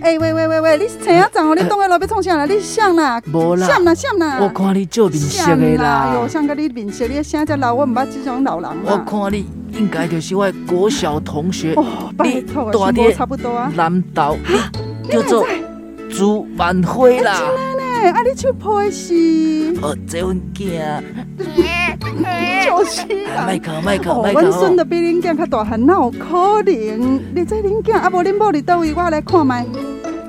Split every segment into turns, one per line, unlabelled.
哎诶，你是青啊长哦，你当个老要创啥啦？你谁啦？
无啦
谁啦？谁啦？
我看你做面色的啦，
哟，像个你面色，你声遮老，我毋捌即种老人
我
啊。
看你应该就是我的国小同学，
哦，拜托
你大
啊，
弟
全部差不多啊。
南岛，你叫做朱万辉啦。
哎，啊，你手皮是
哦，这阮囝，
就是
啊
啦
莫。哭莫哭
哦
莫，
阮孙
哭
都比恁囝较大汉，哪有可能？你这恁囝啊，无恁某伫倒位，我来看卖。
哦，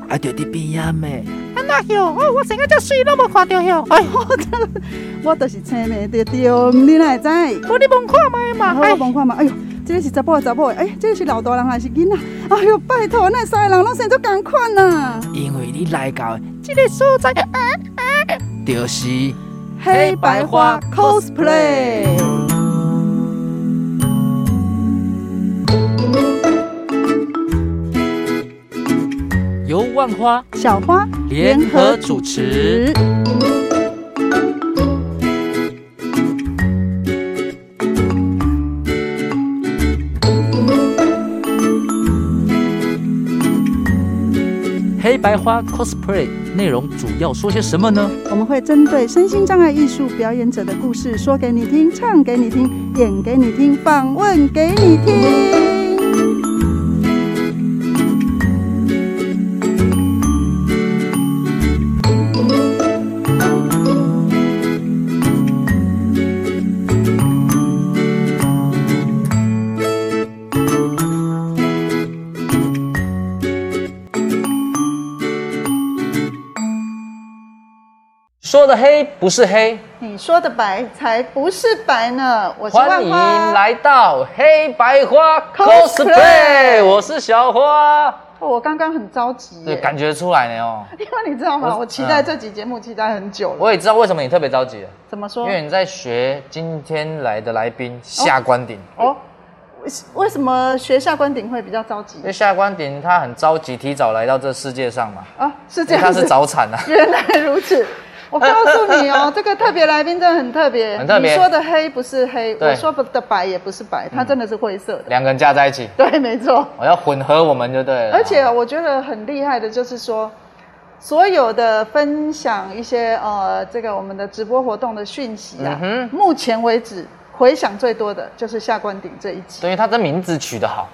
啊，就伫边仔咩？
那哟，哦，我生个遮水，拢无看着哟。哎，
我就是青梅着着，你哪会知？
无你望看卖嘛。
好，
哎
我，望看嘛。哎哟，这个是查甫的查某的，哎，这个是老大人还是囡仔？ 哎哟，拜托，那三个人拢生做共款啊！
因为你来到的
这个所在个
就是
黑白花 cosplay。
由万花
小花
联合主持。黑白花 cosplay 内容主要说些什么呢？
我们会针对身心障碍艺术表演者的故事说给你听，唱给你听，演给你听，访问给你听。
说的黑不是黑，
你说的白才不是白呢，我是
欢
万
迎
花。
来到黑白花
Cosplay
cosplay，我是小花，
哦，我刚刚很着急
对，
耶，
感觉出来呢哦。
因为你知道吗？
我嗯
我期待这集节目期待很久了。
我也知道为什么你特别着急了，
怎么说
因？为你在学今天来的来宾下关顶，
哦，为为什么学下关顶会比较着急
因为下关顶他很着急提早来到这世界上嘛，
啊？是
因
这
为他
样
是
子，
早产啊。
原来如此。我告诉你 哦，这个特别来宾真的很特别。
很特别
你说的黑不是黑，
对嗯
我说的白也不是白，它真的是灰色的。
两个人加在一起，
对，没错。
我要混合我们就对啊了。
而且我觉得很厉害的就是说，所有的分享一些呃这个我们的直播活动的讯息啊，
嗯
目前为止回响最多的就是下关顶这一集。
对于他这名字取得好，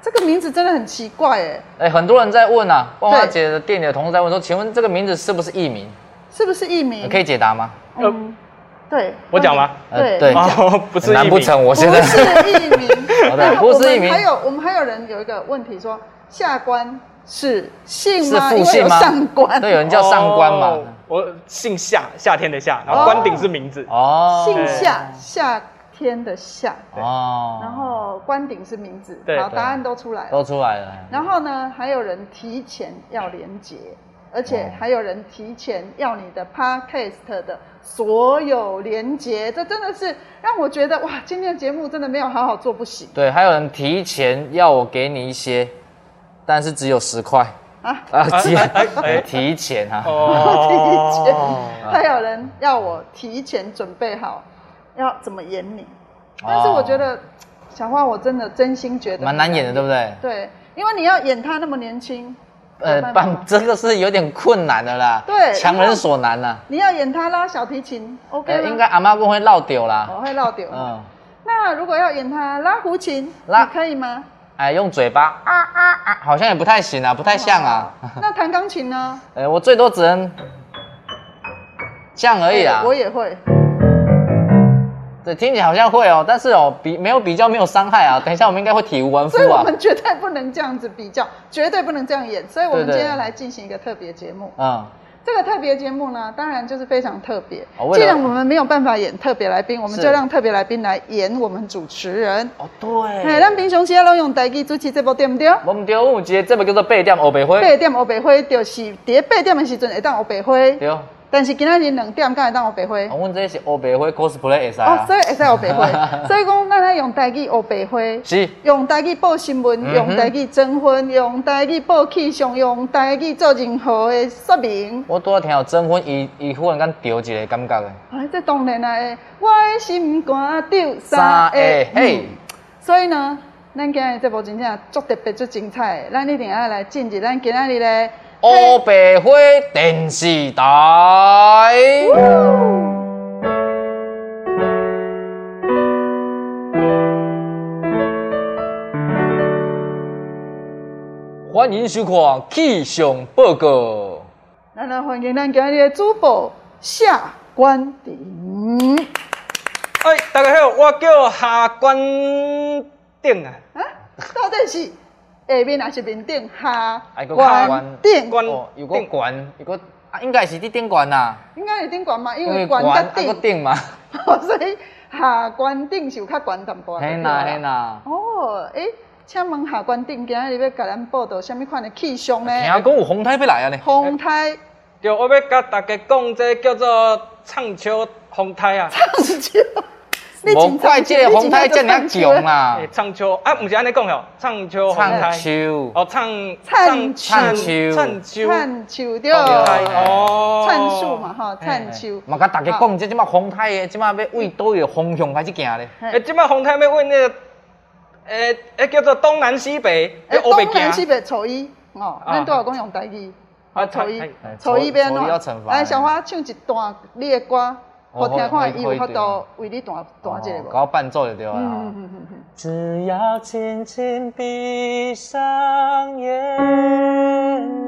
这个名字真的很奇怪哎，
哎，很多人在问啊，万花
对
姐的店里的同事在问说，请问这个名字是不是艺名？
是不是艺名？
可以解答吗？
嗯，对，
我讲吗？
对
呃对
哦，不是
难
一
不
名，
成我
不
现在。
是艺名
好的
然后
不
我
是
们
艺名
还有我们还有人有一个问题说，下关是姓
是
吗？
复
因为
姓
有
吗？
上关，
对，有人叫上官嘛。
哦我姓夏，夏天的夏，然后关顶是名字。
哦，
姓夏，夏天的夏，
哦，
然后关顶是名字，
对
好，
对
答案都出来了。
都出来了。
然后呢，还有人提前要连接，而且
哦
还有人提前要你的 podcast 的所有连接，这真的是让我觉得哇，今天的节目真的没有好好做不行
对，还有人提前要我给你一些，但是只有十块
啊！
啊，提
哎哎
提前啊，
哦，
还有人要我提前准备好要怎么演你，但是我觉得小花，我真的真心觉得
蛮难演的，对不对？
对，因为你要演他那么年轻，
呃，
有办法吗
办这个是有点困难的啦，
对
强人所难呐。
你要演他拉小提琴，OK 哦
呃
吗
应该阿妈公会落丢啦。
我会绕掉。
嗯，
那如果要演他拉胡琴，
拉
你可以 吗？
哎，用嘴巴啊啊啊，好像也不太行啊，不太像啊。
那弹钢琴呢？
呃，我最多只能这样而已啊
哎。我也会。
对，听起来好像会哦，但是哦，比没有比较没有伤害啊。等一下我们应该会体无完肤
所以我
啊。
们绝对不能这样子比较，绝对不能这样演。所以我们
对对
今天要来进行一个特别节目。
嗯，
这个特别节目呢，当然就是非常特别
哦。为了
既然我们没有办法演特别来宾，我们
是
就让特别来宾来演我们主持人。
哦
哎，
对，
咱平常时啊，拢用台语主持这部对不对？
我们丢五节，这个叫做背调欧北
八
灰，
点黑白灰就是伫八点的时阵会当黑白灰，
对，哦
但是今仔日两点敢会当黑白灰。
我们这是欧北灰 cosplay 也是
哦
啊，
所，以会使黑白 灰，所以讲咱来用台语黑白灰。
是，
用台语报新闻，
嗯哼
用台语征婚，用台语报气象，用台语做任何的说明。
我拄仔听到征婚，伊伊忽然间丢一个感觉的，
啊，这当然啦，诶我的心肝丢
三
三
个
个。
嘿
嗯，所以呢，咱今日这部真正足特别足精彩的，咱一定要来进入咱今仔日的
欧北辉电视台。欢迎收看气象报告。
咱来欢迎咱今日的主播夏关鼎。
哎，大家好，我叫夏关定啊，
啊，到底是下面还是面顶下
哎还有下关
顶？
关
哦，有个悬，有个啊，应该是伫顶悬啦，
应该是顶悬嘛，因
因
为
为
关
悬
甲
啊个
顶，
顶嘛。
所以下关顶是有较悬淡薄仔。
嘿啦嘿。啦，
哦，诶、请问下关顶今日要甲咱报道什么款的气象呢？
听讲有风台要来啊呢。
风 台、
对，我要甲大家讲，这叫做唱秋风台啊，
上潮，你
无
真
怪这个风台遮尔强啦
哎，唱秋啊，唔是安尼讲哦，唱秋风
唱
台，
秋，
哦，唱
唱
唱
秋
唱秋
灿秋对，
哦
台
哎
哦，
灿树嘛吼，灿
嘿
秋
哎嘿。嘛甲大家
啊，
讲，即即马风台的，即马要为倒一个方向开始行咧。
哎，即摆洪台要问那个，诶、诶，叫做东南西北，
诶，
要
哎
北啊
东南
啊
西
行。
北初一哦，
啊
咱都有讲用台语。
啊
初一
哎，
初一边哦
初一要惩罚
来小花唱一段你的歌，好
哦
听看，
可以
伊有法
可以对
度为你弹弹一个
哦甲
无？
我伴奏就对了
嗯
啦
嗯。嗯嗯嗯。
只要轻轻闭上眼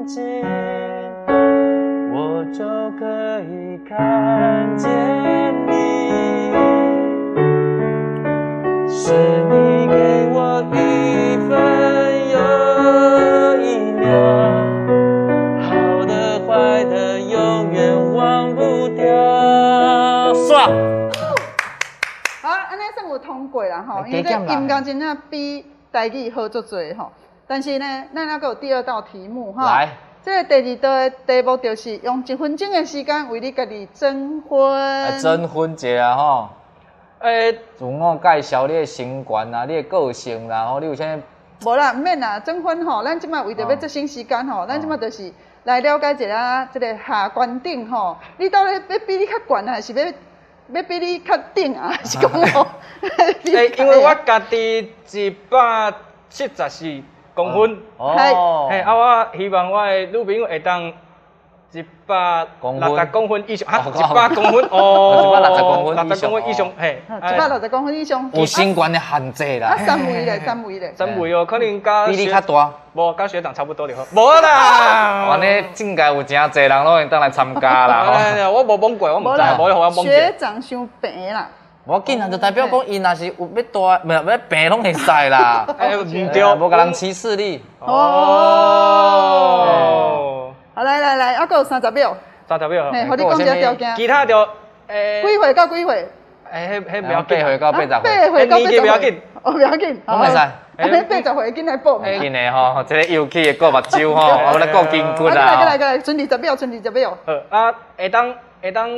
睛，我就可以看见你。是你给我一分又一秒，好的坏的永远忘不掉。爽！
好，安尼算有通过啦吼，
哎
因为这
加减啦
音乐真正比台语好足多吼。但是呢，咱还佫有第二道题目哈。
来，
这个第二道的题目就是用一分钟的时间为你家己征婚。
来征婚节啊吼！
诶、
自我介绍你的身悬啊，你的个性啦、吼，你有啥
无啦，毋免啦，征婚吼，咱即马为着要节省时间
哦
吼，咱即马就是来了解一下即个下关顶吼，你到底要比你较悬啊，还是要要比你较顶 啊？还是讲吼？
哎
诶、哎因为我家己一百七十四公分，
哦，
诶、啊，我希望我的女朋友会当一百
公
六十
分
公分以上，啊，
哦
一百公分哦，
160公分以上
六十公分以上，嘿、
一
哎
百六十公分以上，
有身悬的限制
啊
啦，
三围咧，三围咧，
真袂哦，可能甲
比你较
学，
大。哦
无甲学长差不多就好，无 啦，
安尼正界有真侪人拢会当来参加
哦
啦。
哎我无蒙过，我毋
无
知，
啦
无互我，蒙过。
学长伤平啦，
吼无紧啊，就代表讲伊若是有要大，唔是要病拢会使 啦。啊
哎，唔对
哎呀，无甲人歧视你。
哎
哦，
好来来来，还佫有三十秒，
三十秒。
嘿，互你讲一个条件，
其他就诶，
几岁到几岁？
诶，迄迄
不
不要
八岁
紧。
到八十
啊
岁，
岁到八
哎年纪
十
不要
岁
紧，
哦不要紧，
拢会使
好安尼八十岁紧来报名。
哎
紧的吼，一个幼气的顾目睭吼，
哎
我咧顾筋骨
啊，来来
啦。
来来，剩二十秒，剩二十秒，
好啊，会当会当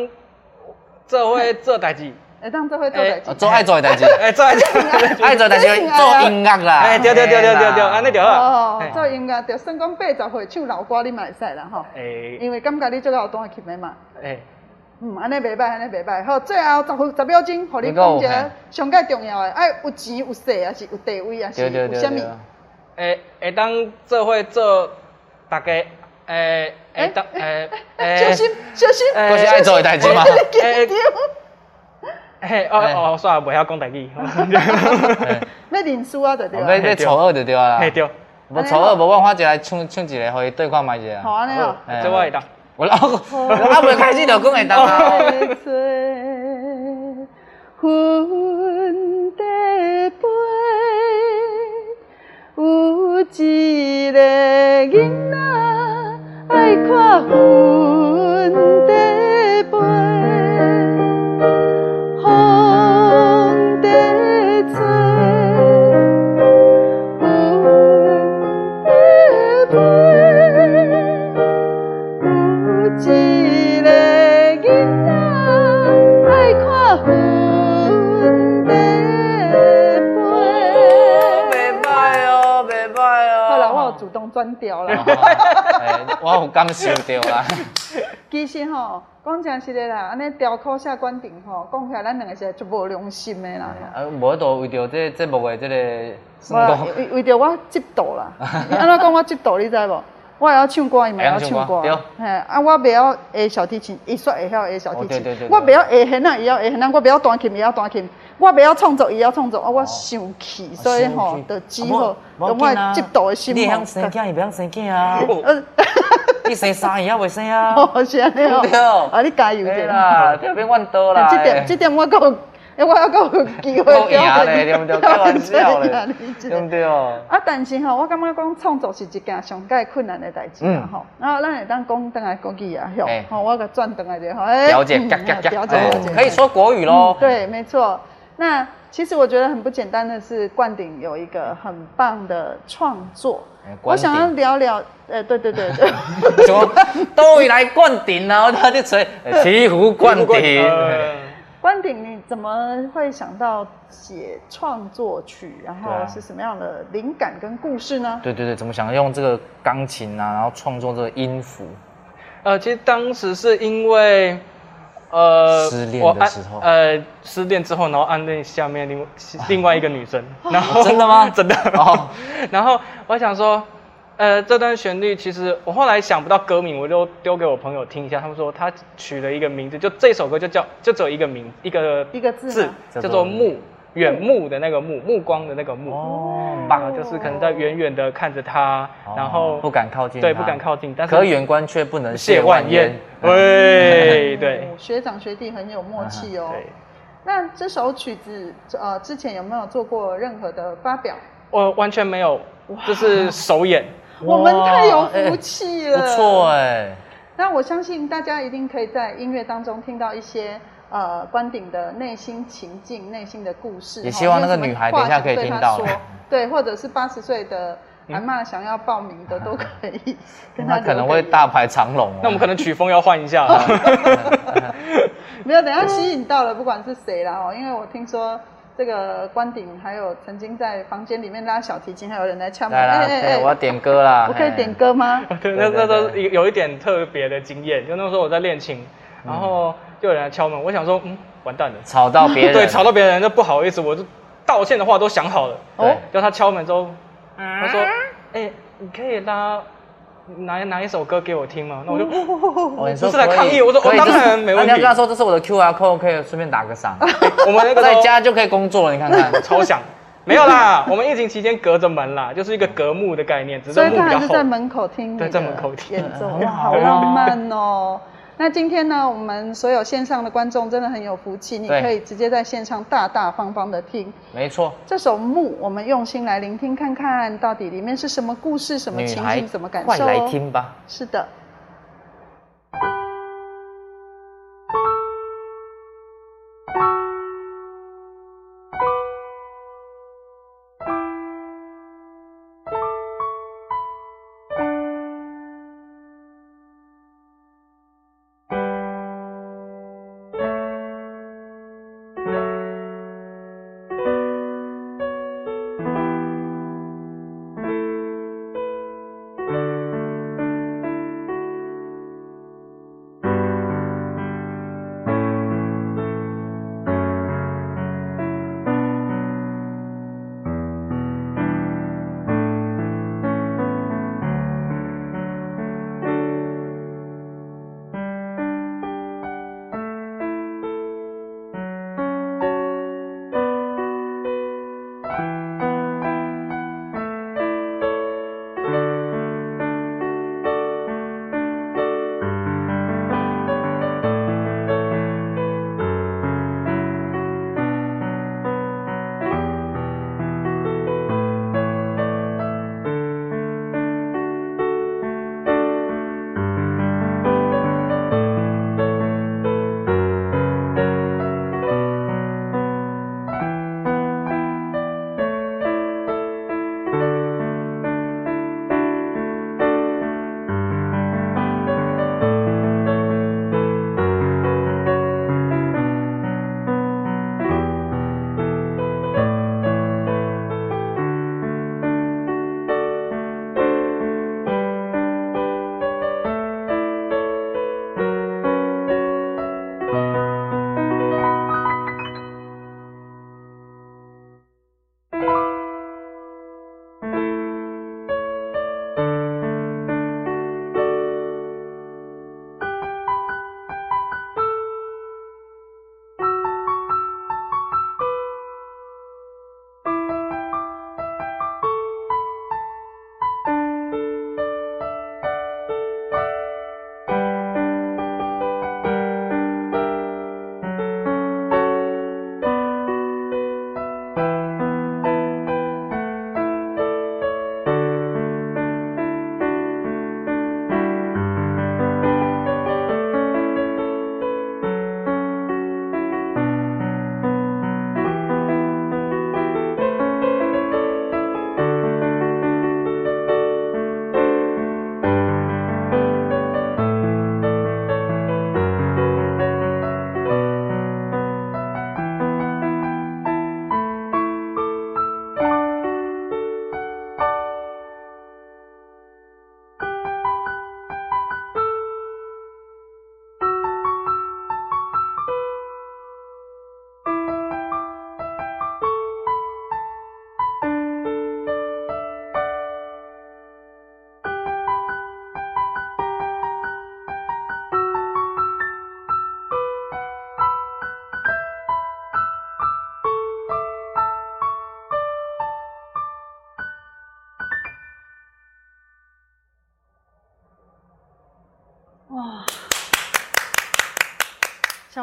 做伙做代志，
会当做伙做代志
哦。做爱做的代志，
诶，做代志。
爱做的代志
啊
做音乐啦。
哎，对对对对对对，
嘿啦
安尼就好。啊
哦，做音乐就算讲八十岁唱老歌，你嘛会使啦吼，
诶
因为感觉你做到有弹琴的嘛。
诶，
嗯，安尼袂歹，安尼袂歹。好，最后十分十秒钟，互你讲一
你还
个
有嘿
上界重要的，爱有钱有势，还是有地位，还是
对对
有
对
啥
对。
物？
诶，会当做伙做大家诶会当诶
小心，小心！
哎
都是爱做的代志嘛。
哎
哎嘿哦哦，算了，袂晓讲代志。
要认输啊，就对
要
哎
了。
要丑恶就对啊
嘿
啦，
哎对，
无丑恶无办法就来唱唱一个，互伊对看卖一下
好。安 尼哦。
这我会当。
我老啊，未开始就讲会当 啊。
爱做云地飞，有一个囡仔爱看云地飞，风地吹，云地飞。有一个囡仔爱看云在飞。
哦袂歹哦，袂歹哦。
好啦，我有主动转调啦。
哎。我有感受到啦，
其实吼，讲真实的啦，安尼调考下观点吼，讲起来咱两个是就无良心的啦。
啊，无就为着这节目的这个
无啦
算，
为为着我嫉妒啦。你安怎讲我嫉妒，你知无？我会晓唱歌，伊
哎
会晓
嘛会晓唱
唱歌
歌
对。
嘿，啊，我袂晓会小提琴，伊煞会晓会小提
哦对对对
琴
对。
我袂晓会弦啊，伊晓会弦啊。我袂晓弹琴，伊晓弹琴。我袂晓创作，伊晓创作。啊，
哦
我生气，所以吼，就只好
啊
用我的嫉妒的心
你会
吼
晓生囝，伊袂晓生囝啊！
呃，
你生三伊也袂生啊！
哦，是安尼哦
对。
啊，你加油
对
者。
啦，对免怨多啦。
这点这点我够，我还够有机会
够赢 嘞，对不对？开玩笑嘞，对不对？
啊，但是吼，我感觉讲创作是一件上界困难的代志啦
嗯
吼。然后咱会当讲等来国语啊，吼
哎，
吼，我给转等来就好。哎
了解
嗯
嘎嘎嘎
了解
哎
了解，
可以说国语喽
嗯。对，没错。那其实我觉得很不简单的是，冠鼎有一个很棒的创作
哎，
我
冠鼎
想要聊聊，呃，对对对 对，
什么？都会来灌顶啊，然后他就吹
醍醐
哎
灌顶，哎
哎呃
关鼎，你怎么会想到写创作曲？然后
对啊
是什么样的灵感跟故事呢？
对对对，怎么想用这个钢琴啊，然后创作这个音符？
呃，其实当时是因为，呃，
失恋
我
的
暗
时候
呃，失恋之后，然后暗恋下 面另外另外一个女生，然
哦
后、
真的吗
真的。
哦
然后我想说，呃，这段旋律其实我后来想不到歌名，我就丢给我朋友听一下，他们说他取了一个名字，就这首歌就叫就只有一个名一个
一个字吗
叫做目，远目的那个目，目光的那个目。
哦，
吧，就是可能在远远的看着他，然后
不敢靠近他，
对，不敢靠近，但是
可远观却不能
谢
亵
万
万
烟
焉。，
喂，对
哦，学长学弟很有
嗯
默
哎
契哦。
对，
那这首曲子，呃，之前有没有做过任何的发表？
我完全没有，就是首演，
我们太有福气了，
不错。哎，
那我相信大家一定可以在音乐当中听到一些呃关顶的内心情境、内心的故事。
也
哈
希望
你有
那个
什么
女孩
话
等一下
想
可以
对
听
她
到
说
了
对，或者是八十岁的阿嬷想要报名 的都可以跟
那
她留
可能
个
会
言
大排长龙哦。
那我们可能曲风要换一下了，
没有，等一下吸引到了，不管是谁啦哦，因为我听说这个关顶还有曾经在房间里面拉小提琴，还有人来敲门，
来啦，对，我要点歌啦。
哎
哎
我可以
嘿
点歌吗？
对，那
对对
那都有有一点特别的经验，就那时候我在练琴，然后就有人来敲门，我想说，嗯，完蛋了，
吵到别人，
对，吵到别人就不好意思，我就道歉的话都想好了，
对
哦
叫他敲门之后，他说，哎，你可以拉。拿拿一首歌给我听吗？那我就
哦，你说
不是来
可以
抗议我说哦
可以
当
就是
然没问题
那
啊
你要跟他说这是我的 QR code，可以顺便打个赏，
我们那个时候
在家就可以工作了，你看看。
超想。没有啦，我们疫情期间隔着门啦，就是一个隔幕的概念，只
所
是
以
幕
他还
比较
是
厚。
在门口听你的
对在门口听
演奏，
很
哇，
好
好
啊
浪漫哦。那今天呢，我们所有线上的观众真的很有福气，你
对
可以直接在线上大大方方的听
没错，
这首《木》，我们用心来聆听，看看到底里面是什么故事、什么
女
情
孩
境、什么感
快
受、
来
哦。
听吧。
是的。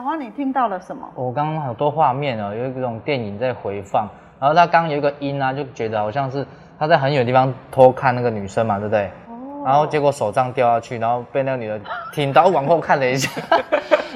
花，你听到了什么？
我刚刚好多画面哦，有一种电影在回放，然后他刚有一个音啊，就觉得好像是他在很远的地方偷看那个女生嘛，对不对？
哦
然后结果手杖掉下去，然后被那个女的挺到往后看了一下。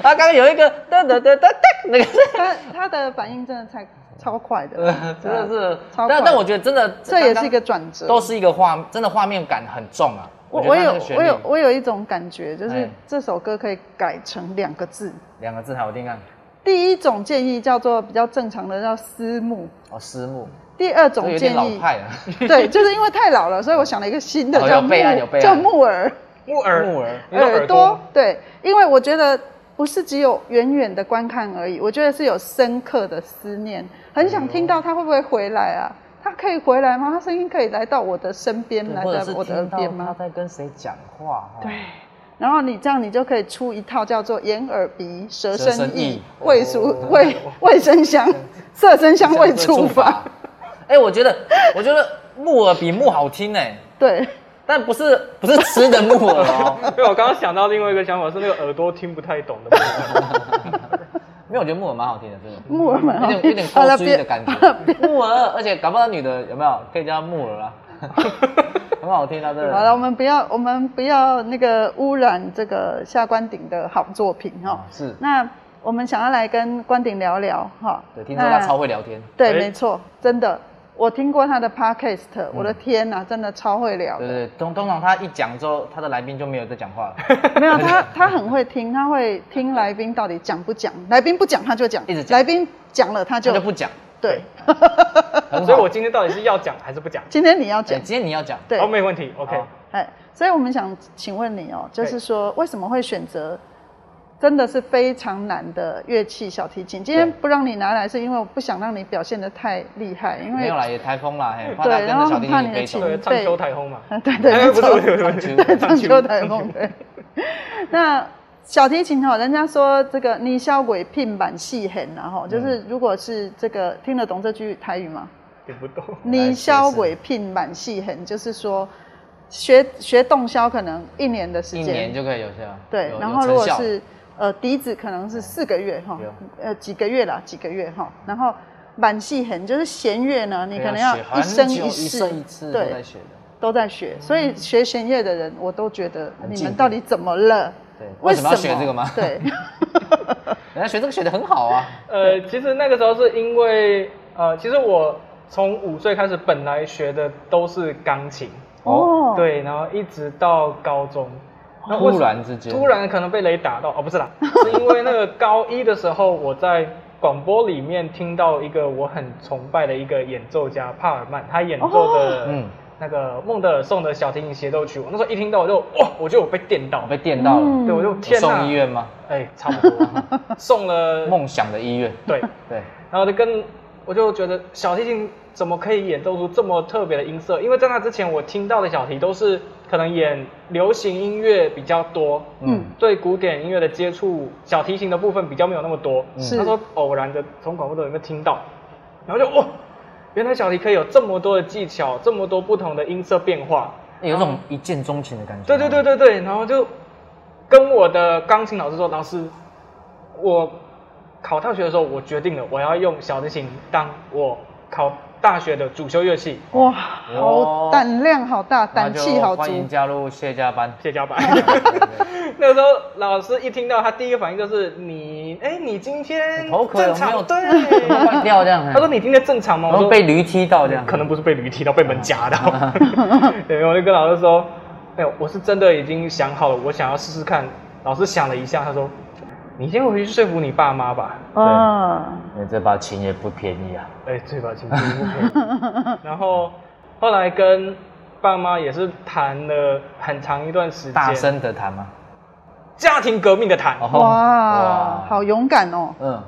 他刚刚有一个噔噔噔噔噔，那个
他他的反应真的太超快的，
真的是，
超快
但但我觉得真的
这也是一
刚
个转折
刚。都是一个画，真的画面感很重啊。
我
觉得
我
他
有
那个旋律
我有我有一种感觉，就是
哎
这首歌可以改成两个字。
两个字，好，我听看
第一种建议叫做比较正常的叫私募，
哦，私募，
第二
这
种
个有
建
点老
议
派啊 了，
对，就是因为太老了，所以我想了一个新的
哦
叫
有
木
备案有备案
叫木耳
木耳，
木耳
你说耳朵，
对，因为我觉得不是只有远远的观看而已，我觉得是有深刻的思念，很想听到他会不会回来啊？他可以回来吗？他声音可以来到我的身 边，来
或者
到
是
我的耳
听
边
到他
吗？
在跟谁讲话，哦
对。然后你这样，你就可以出一套叫做眼耳鼻舌
舌
身
身
意
意
味熟味味生 香色身香味触法，。
哎、我觉得，我觉得木耳比木好听哎、
对。
但不是不是吃的木耳 哦。
因为我刚刚想到另外一个想法是那个耳朵听不太懂的部分，
没有，我觉得木耳蛮好听的，真的。
木耳蛮好
有
听
点有点
好
高
了
追
别
的感觉。木耳，而且搞不好女的有没有可以叫她木 耳啊？很好听啊，真的。
好了，我们不要，我们不要那个污染这个下关顶的好作品哈、
啊是
那我们想要来跟关顶聊聊哈。
对，听说她
那
超会聊天。
对，
哎
没错，真的，我听过他的 podcast，、我的天呐、真的超会聊
嗯对
的。
对，对通通常她一讲之后，她的来宾就没有再讲话了，
没有 他，他很会听，他会听来宾到底讲不讲，来宾不讲他就讲，
一直讲
来宾讲了他
她
就
就 不讲。
对。
很好
所以我今天到底是要讲还是不讲？
今天你要
哎
讲，
今天你要讲，
对
哦，，没问题，OK
好。
哎，所以我们想请问你
哎
哦，就是说为什么会选择真的是非常难的乐器小提琴？今天不让你拿来，是因为我不想让你表现的太厉害，因
没
为
有啦，也台风啦，嘿，怕
对
她跟
然后
着小
很
弟
怕你
弟
的
飞
情
走。
对，唱秋台风嘛。
对对，没
哎不是
错
不是不是不是
对，
唱
唱
秋
秋台风对。 那小提琴哈、人家说这个你小鬼拼板戏很然
嗯
后就是如果是这个听得懂这句台语吗？
听不懂。
你消鬼聘满戏很，就是说学学动销可能一年的时
一
间，
年就可以有效。
对
有，
然
有
后如果
成效
是呃笛子，可能是四个月哈
有，
呃几个月啦，几个月哈。然后满戏很就是弦乐呢，你
对
可能
要
要
学
一
很
生
久
一
一
世，
生一次都在
对，
学的。
都在学。所以学弦乐的人，我都觉得
很
你
进
们
步
到底怎么了？
对，为什么要学这个吗？，
对，
人家学这个学的很好啊。
呃，其实那个时候是因为呃，其实我从五岁开始，本来学的都是钢琴，
哦，
对，然后一直到高中。那为什
突然之间，
突然可能被雷打到哦，不是啦，是因为那个高一的时候，我在广播里面听到一个我很崇拜的一个演奏家帕尔曼，他演奏的
嗯
那个孟德尔颂的小提琴协奏曲，我那时候一听到我就哇，我就有被电到
我，被电到了，
嗯
对，我就
我
天哪，
送医院吗？
哎，差不多送了
梦想的医院。
对，
对，
然后就跟我就觉得小提琴怎么可以演奏出这么特别的音色？因为在那之前我听到的小提都是可能演流行音乐比较多，
嗯
嗯，
对古典音乐的接触，小提琴的部分比较没有那么多。
是
那时候偶然的从广播里面听到，然后就哇，原来小提可以有这么多的技巧，这么多不同的音色变化。
有一种一见钟情的感觉。
对对对，对对，然后就跟我的钢琴老师说，老师，我考大学的时候，我决定了，我要用小提琴当我考大学的主修乐器，
哇，好胆量好大，胆气好
欢迎
足，
加入谢家班。
谢 家版。那个时候老师一听到，他第一个反应就是你，哎，你今天
你头壳有
正
没有
常？对，
坏掉这样，
他说你今天正常吗？
然
我
后
说
被驴踢到这样，
可能不是被驴踢到，被门夹到。
嗯
对，我就跟老师说，哎、我是真的已经想好了，我想要试试看。老师想了一下，他说，你先回去说服你爸妈吧。
啊，
因为这把琴也不便宜啊。
哎、对吧？请不可以。然后后来跟爸妈也是谈了很长一段时间，
大声的弹吗？
家庭革命的谈。
哦
哇，好，勇敢哦，
嗯，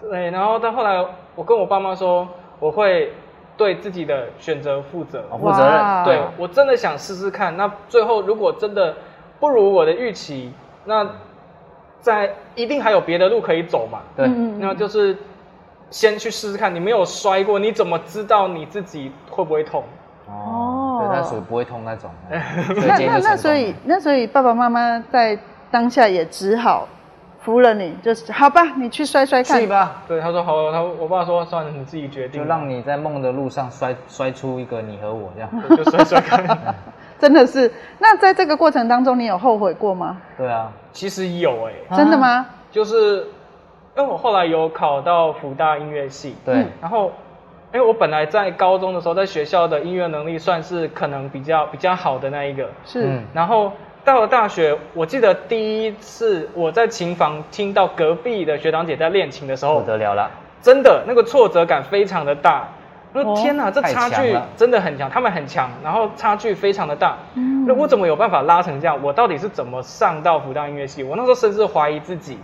对，然后到后来，我跟我爸妈说，我会对自己的选择负责。
好哦负责任。
哇
对我真的想试试看。那最后如果真的不如我的预期，那在一定还有别的路可以走嘛？
嗯
对，
那就是先去试试看。你没有摔过，你怎么知道你自己会不会痛？
哦
哦，对，他属于不会痛 那种。嗯
那那那所以那所以爸爸妈妈在当下也只好服了你，就是好吧，你去摔摔看
去。吧，
对，他说好，他我爸说算了，你自己决 定，
就让你在梦的路上摔摔出一个你和我
嗯
这样。
我就摔摔看。
真的是。那在这个过程当中，你有后悔过吗？
对啊，
其实有哎、
真的吗？
嗯
就是因为我后来有考到福大音乐系，
对
嗯，
然后因为我本来在高中的时候，在学校的音乐能力算是可能比较比较好的那一个，
是，
嗯
然后到了大学，我记得第一次我在琴房听到隔壁的学长姐在练琴的时
不
候，
得了了，
真的那个挫折感非常的大。我说
哦
天哪，这
太
差
强
距
了
真的很强，他们很强，然后差距非常的大。
嗯
那我怎么有办法拉成这样？我到底是怎么上到福大音乐系？我那时候甚至怀疑自己，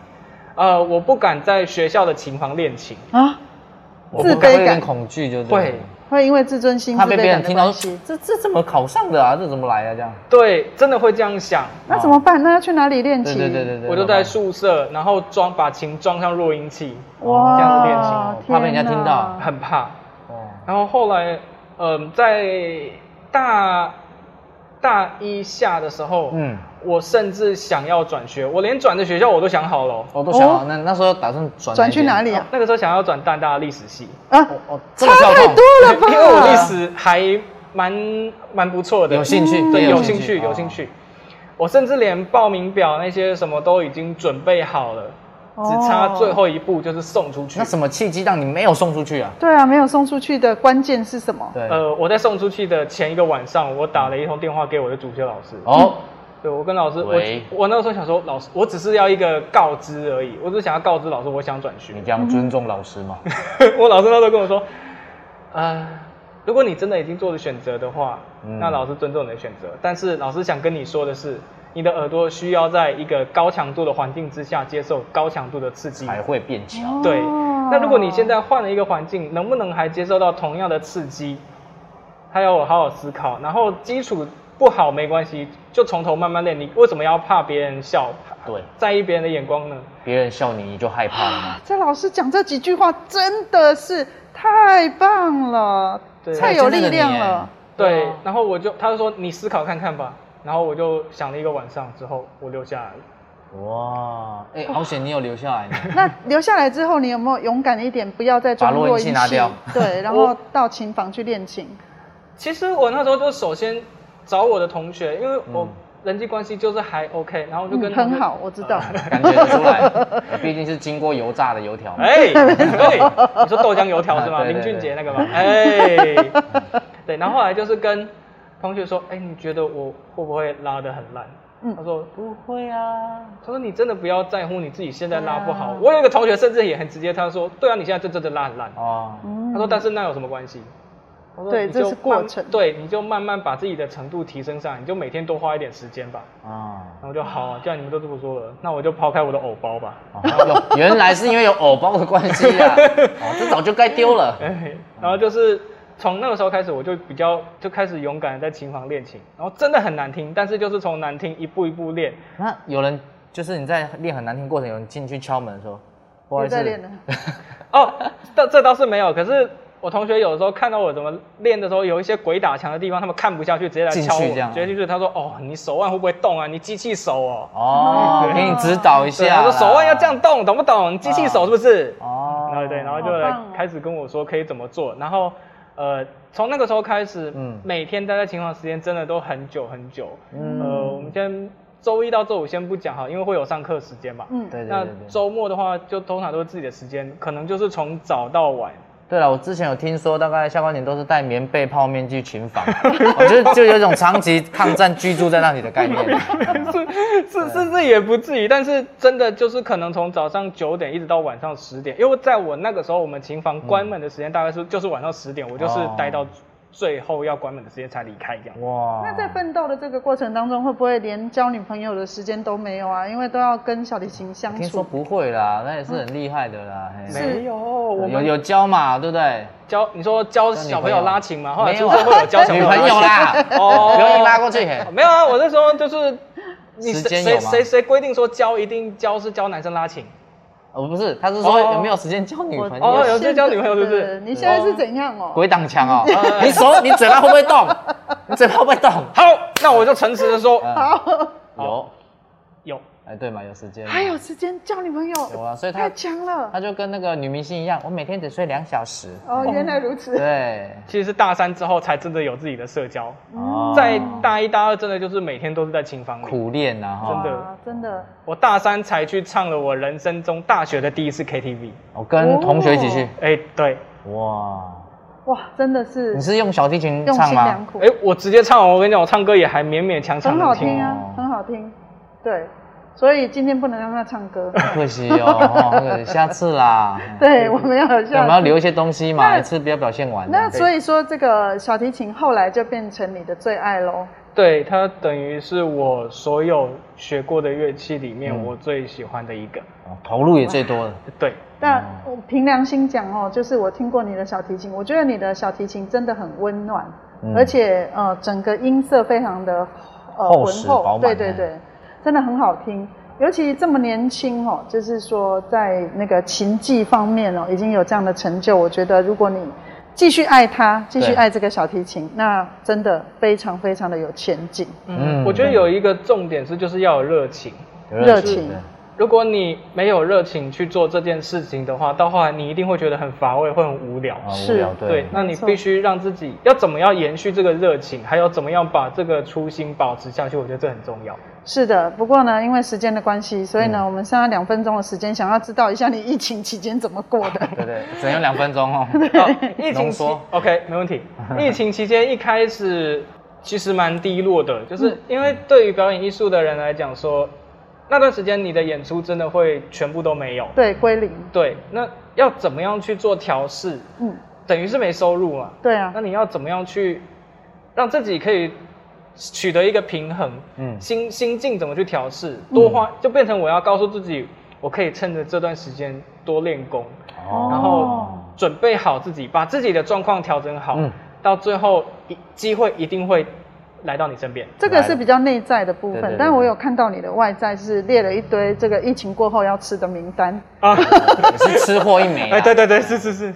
呃，我不敢在学校的琴房练琴。
嗯
啊，
我
自卑
我会有点
感
恐惧，就对
会
了，
会因为自尊心、自
怕被
卑感
别人
的
听到
关
说
系，
这这怎么考上的啊？这怎么来的这样？
对，真的会这样想。
那怎么办？那要去哪里练
对
琴？
对对对对，
我就在宿舍，然后装把琴装上录音器，
哇，
这样子练琴哦
天
怕被人家听
哪
到
很怕。
哦，
然后后来，嗯、在大大一下的时候，
嗯，
我甚至想要转学，我连转的学校我都想好了哦、
我都想好，那那时候打算转
转去哪
里？
里啊？
那个时候想要转淡大历史系，
啊，
哦哦，这
差
么跳
太
痛
多，了吧？
因为我历史还蛮蛮不错的，
有兴趣
对，
也
有
有
兴
兴
趣，
趣
有兴趣。我甚至连报名表那些什么都已经准备好了，只差最后一步就是送出去
那。什么契机让你没有送出去啊？
对啊，没有送出去的关键是什么？
对，
呃，我在送出去的前一个晚上，我打了一通电话给我的主修老师。
哦，
嗯
对，我跟老师，我
喂
我那时候想说，老师，我只是要一个告知而已，我只是想要告知老师，我想转学
你。这样尊重老师吗？
我老师那时候跟我说，呃，如果你真的已经做了选择的话，
嗯
那老师尊重你的选择，但是老师想跟你说的是，你的耳朵需要在一个高强度的环境之下接受高强度的刺激。
才会变强。
对，
哦
那如果你现在换了一个环境，能不能还接受到同样的刺激？还要我好好思考，然后基础不好没关系，就从头慢慢练。你为什么要怕别人笑，
对，
在意别人的眼光呢？
别人笑你，你就害怕了吗？
啊这老师讲这几句话真的是太棒了，
对
太有力
哎真的
量
你耶
了。
对，然后我就他就说你思考看看吧，然后我就想了一个晚上之后，我留下来了。
哇， 哎，好险你有留下来 呢。
那留下来之后，你有没有勇敢一点，不要再装
把录音
弱
器拿掉
对，然后到琴房去练琴。
其实我那时候就首先找我的同学，因为我
嗯
人际关系就是还 OK，然后我就跟、
嗯很好，。我知道。
感觉得出 来，哎毕竟是经过油炸的油条 嘛。
哎，对，你说豆浆油条是吗？
啊对
林
对
俊杰那
对
个吗？哎，对，然后后来就是跟同学说，哎，你觉得我会不会拉得很烂？
嗯
他说
不会啊，
他说你真的不要在乎你自己现在拉不好。
嗯
我有一个同学甚至也很直接，他说对啊，你现在这真的拉很烂。
哦，
他说但是那有什么关系？我说
嗯对
你就
这是过
慢
程
对，你就慢慢把自己的程度提升上来，你就每天多花一点时间吧。
啊，
然后我就好啊，既然你们都这么说了，那我就抛开我的偶包吧。
哦有原来是因为有偶包的关系 啊，哦，这早就该丢了。
哎，然后就是从那个时候开始，我就比较就开始勇敢的在琴房练琴，然后真的很难听，但是就是从难听一步一步练。
那有人就是你在练很难听过程，有人进去敲门说，不好意
别
思
再，练了。
哦， 这这倒是没有，可是我同学有的时候看到我怎么练的时候，有一些鬼打墙的地方，他们看不下去，直接来
进去
敲我，
这样
直接进去。他说：“哦，你手腕会不会动啊？你机器手哦。”
哦，给你指导一
对，
下
他
啦，啊
说手腕要这样动，懂不懂？你机器手是不是？
哦，
然后呃对，然后就
好
来
棒哦
开始跟我说可以怎么做，然后呃，从那个时候开始，
嗯
每天待在琴房时间真的都很久很久。
嗯，
呃，我们先周一到周五先不讲哈，因为会有上课时间嘛。
嗯，
对对
那
对对。
周末的话，就通常都是自己的时间，可能就是从早到晚。
对了，我之前有听说，大概下半年都是带棉被、泡面去群访，啊 我觉得就有一种长期抗战居住在那里的概念。啊
是是是是也不呃至于，但是真的就是可能从早上九点一直到晚上十点，因为在我那个时候，我们琴房关门的时间大概是就是晚上十点，我就是
哦
待到最后要关门的时间才离开这样。
哇，
那在奋斗的这个过程当中，会不会连交女朋友的时间都没有啊？因为都要跟小提琴相
听说
处。
不会啦，那也是很厉害的啦。嘿
是
没有，我
有
们
有教嘛，对不对？
教你说教小朋友拉琴嘛，啊后来出社
没啊
会有教小
女
朋友
朋友
拉
啦，
琴哦，
不用硬拉过去。嘿
没有啊，我是说就是你
时
谁
间
谁
有吗
谁谁规定说教一定教是教男生拉琴？
哦，不是，他是
哦
说有没有时间交女朋
哦有
友？
这交女朋友是不是
对你现在是怎样哦？
鬼挡 墙哦，
哎
你手你嘴巴会不会动？你嘴巴会不会动？呃
好，那我就诚实的说
好，有
有，
哎，对嘛，有时间。
还有时间交女朋友，
有啊，所以
太
他
强了
他。就跟那个女明星一样，我每天只睡两小时。
哦，原来如此。
对，
其实是大三之后才真的有自己的社交，
嗯
哦
在大一大二真的就是每天都是在琴房里。
苦练呐、啊、
真
哈。
的
哇，真的，
我大三才去唱了我人生中大学的第一次 KTV。
我跟同学一起去。
哎、对，
哇，
哇，真的是
你是用小提琴
用
唱
心良
吗？
苦
哎、，我直接唱完，我跟你讲，我唱歌也还勉勉强强
很
能
好
听。
听
哦
啊，很好听。对，所以今天不能让他唱歌。
很可惜哦，哦那个下次啦。
对，我们要有
对我
下
们要留一些东西嘛，
那
一次不要表现完。啊
那所
以
以说，这个小提琴后来就变成你的最爱喽。
对，它等于是我所有学过的乐器里面、
嗯
我最喜欢的一个。
哦投入也最多了。
对，
但我凭良心讲哦，就是我听过你的小提琴，我觉得你的小提琴真的很温暖，
嗯
而且呃，整个音色非常的呃
厚
浑
实饱
厚
满，
对对
嗯
对，真的很好听。尤其这么年轻哦，就是说在那个琴技方面哦，已经有这样的成就，我觉得如果你继续爱它，继续
对
爱这个小提琴，那真的非常非常的有前景。
嗯
我觉得有一个重点是，就是要有热情。
有
热情
对
如果你没有热情去做这件事情的话，到后来你一定会觉得很乏味，会很无聊。
啊，无
是
聊
对
对，。
那你
没错
必须让自己要怎么样延续这个热情，还有怎么样把这个初心保持下去，我觉得这很重要。
是的，不过呢，因为时间的关系，所以呢，
嗯
我们剩下两分钟的时间，想要知道一下你疫情期间怎么过 的。
对对，只能用两分钟 哦。
好， 疫情
浓
期
缩
OK 没 问题。疫情期间一开始其实蛮低落的，
嗯
就是因为对于表演艺术的人来讲说，那段时间你的演出真的会全部都没有。
对，归零。
对，那要怎么样去做调试？
嗯，
等于是没收入嘛。
对啊
那，你要怎么样去让自己可以取得一个平衡？
嗯
心心境怎么去调试？多花、就变成我要告诉自己，我可以趁着这段时间多练功，
哦
然后准备好自己，把自己的状况调整好，
嗯
到最后一机会一定会来到你身边。
这个是比较内在的部
对对
分
对，
但我有看到你的外在是列了一堆这个疫情过后要吃的名单，
啊，
也是吃货一枚啦。啊
哎，对对对，是是是，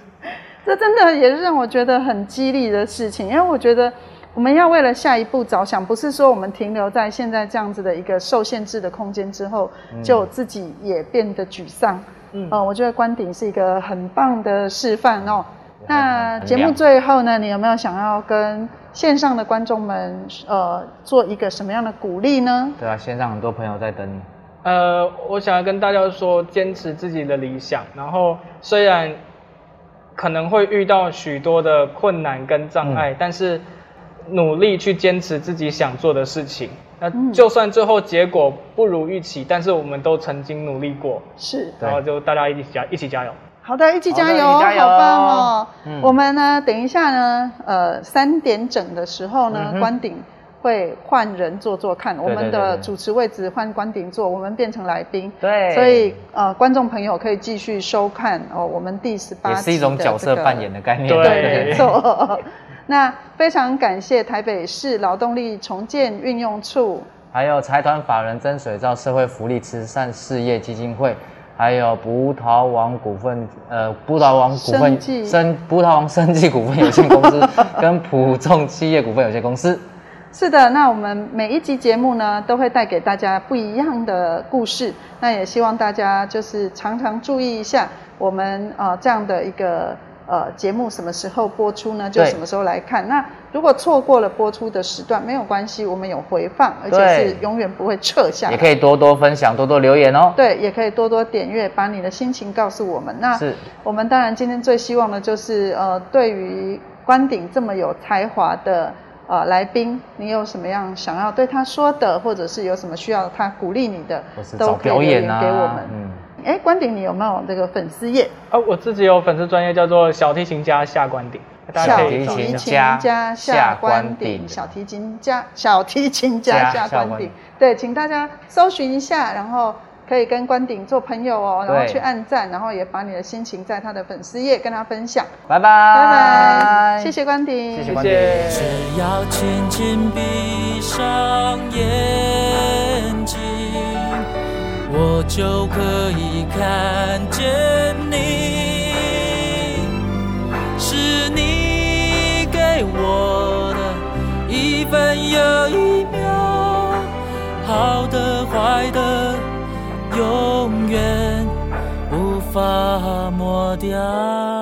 这真的也是让我觉得很激励的事情，因为我觉得。我们要为了下一步着想，不是说我们停留在现在这样子的一个受限制的空间之后，
嗯
就自己也变得沮丧。
嗯，
哦，我觉得观顶是一个很棒的示范哦。那
嗯很
节目
亮
最后呢，你有没有想要跟线上的观众们呃做一个什么样的鼓励呢？
对啊，线上很多朋友在等你。
呃，我想要跟大家说，坚持自己的理想，然后虽然可能会遇到许多的困难跟障碍，但是努力去坚持自己想做的事情。那就算最后结果不如预期，但是我们都曾经努力过，
是
对
然后就大家一起加一起加油。
好的，一起加油，
好
好
的一起加油
棒哦！
嗯
我们呢，等一下呢，呃，三点整的时候呢，观顶会换人坐坐看，
嗯对
我们的
对对
主持位置换观顶坐，我们变成来宾。
对
所以呃，观众朋友可以继续收看哦，我们第十八
也
期
是一种
的
角色
这个
扮演的概念。
对
对，没错。那非常感谢台北市劳动力重建运用处，
还有财团法人真水照社会福利慈善事业基金会，还有葡萄王股份呃葡萄王股
生
份
技
生葡萄王生技股份有限公 司跟普众企业股份有限公司。
是的，那我们每一集节目呢，都会带给大家不一样的故事。那也希望大家就是常常注意一下，我们呃这样的一个呃节目什么时候播出呢？就
对
什么时候来看。那如果错过了播出的时段，没有关系，我们有回放，而且
对
是永远不会撤下来。
也可以多多分享，多多留言哦。
对，啊也可以多多点阅，把你的心情告诉我们。那
是
我们当然今天最希望的就是，呃，对于关顶这么有才华的呃来宾，你有什么样想要对他说的，或者是有什么需要他鼓励你的
或是，
都
找
可以留
表
言
演啊，
给我们。
嗯，
哎、关顶，你有没有这个粉丝页？
啊，我自己有粉丝专业叫做小提琴家夏关鼎，大家
小
可
提
以找一
琴
下。
家
下
下关
关
顶，
顶
小提琴家小提琴家
家
下
下
关
关
顶
顶。
对，请大家搜寻一下，然后可以跟关顶做朋友哦，然后
对
去按赞，然后也把你的心情在他的粉丝页跟他分享。
拜拜
拜拜，谢谢关顶，
谢
谢
谢关
谢
姐。。
只要轻轻闭上眼睛，我就可以看见你。是你给我的一分又一秒，好的坏的
掉。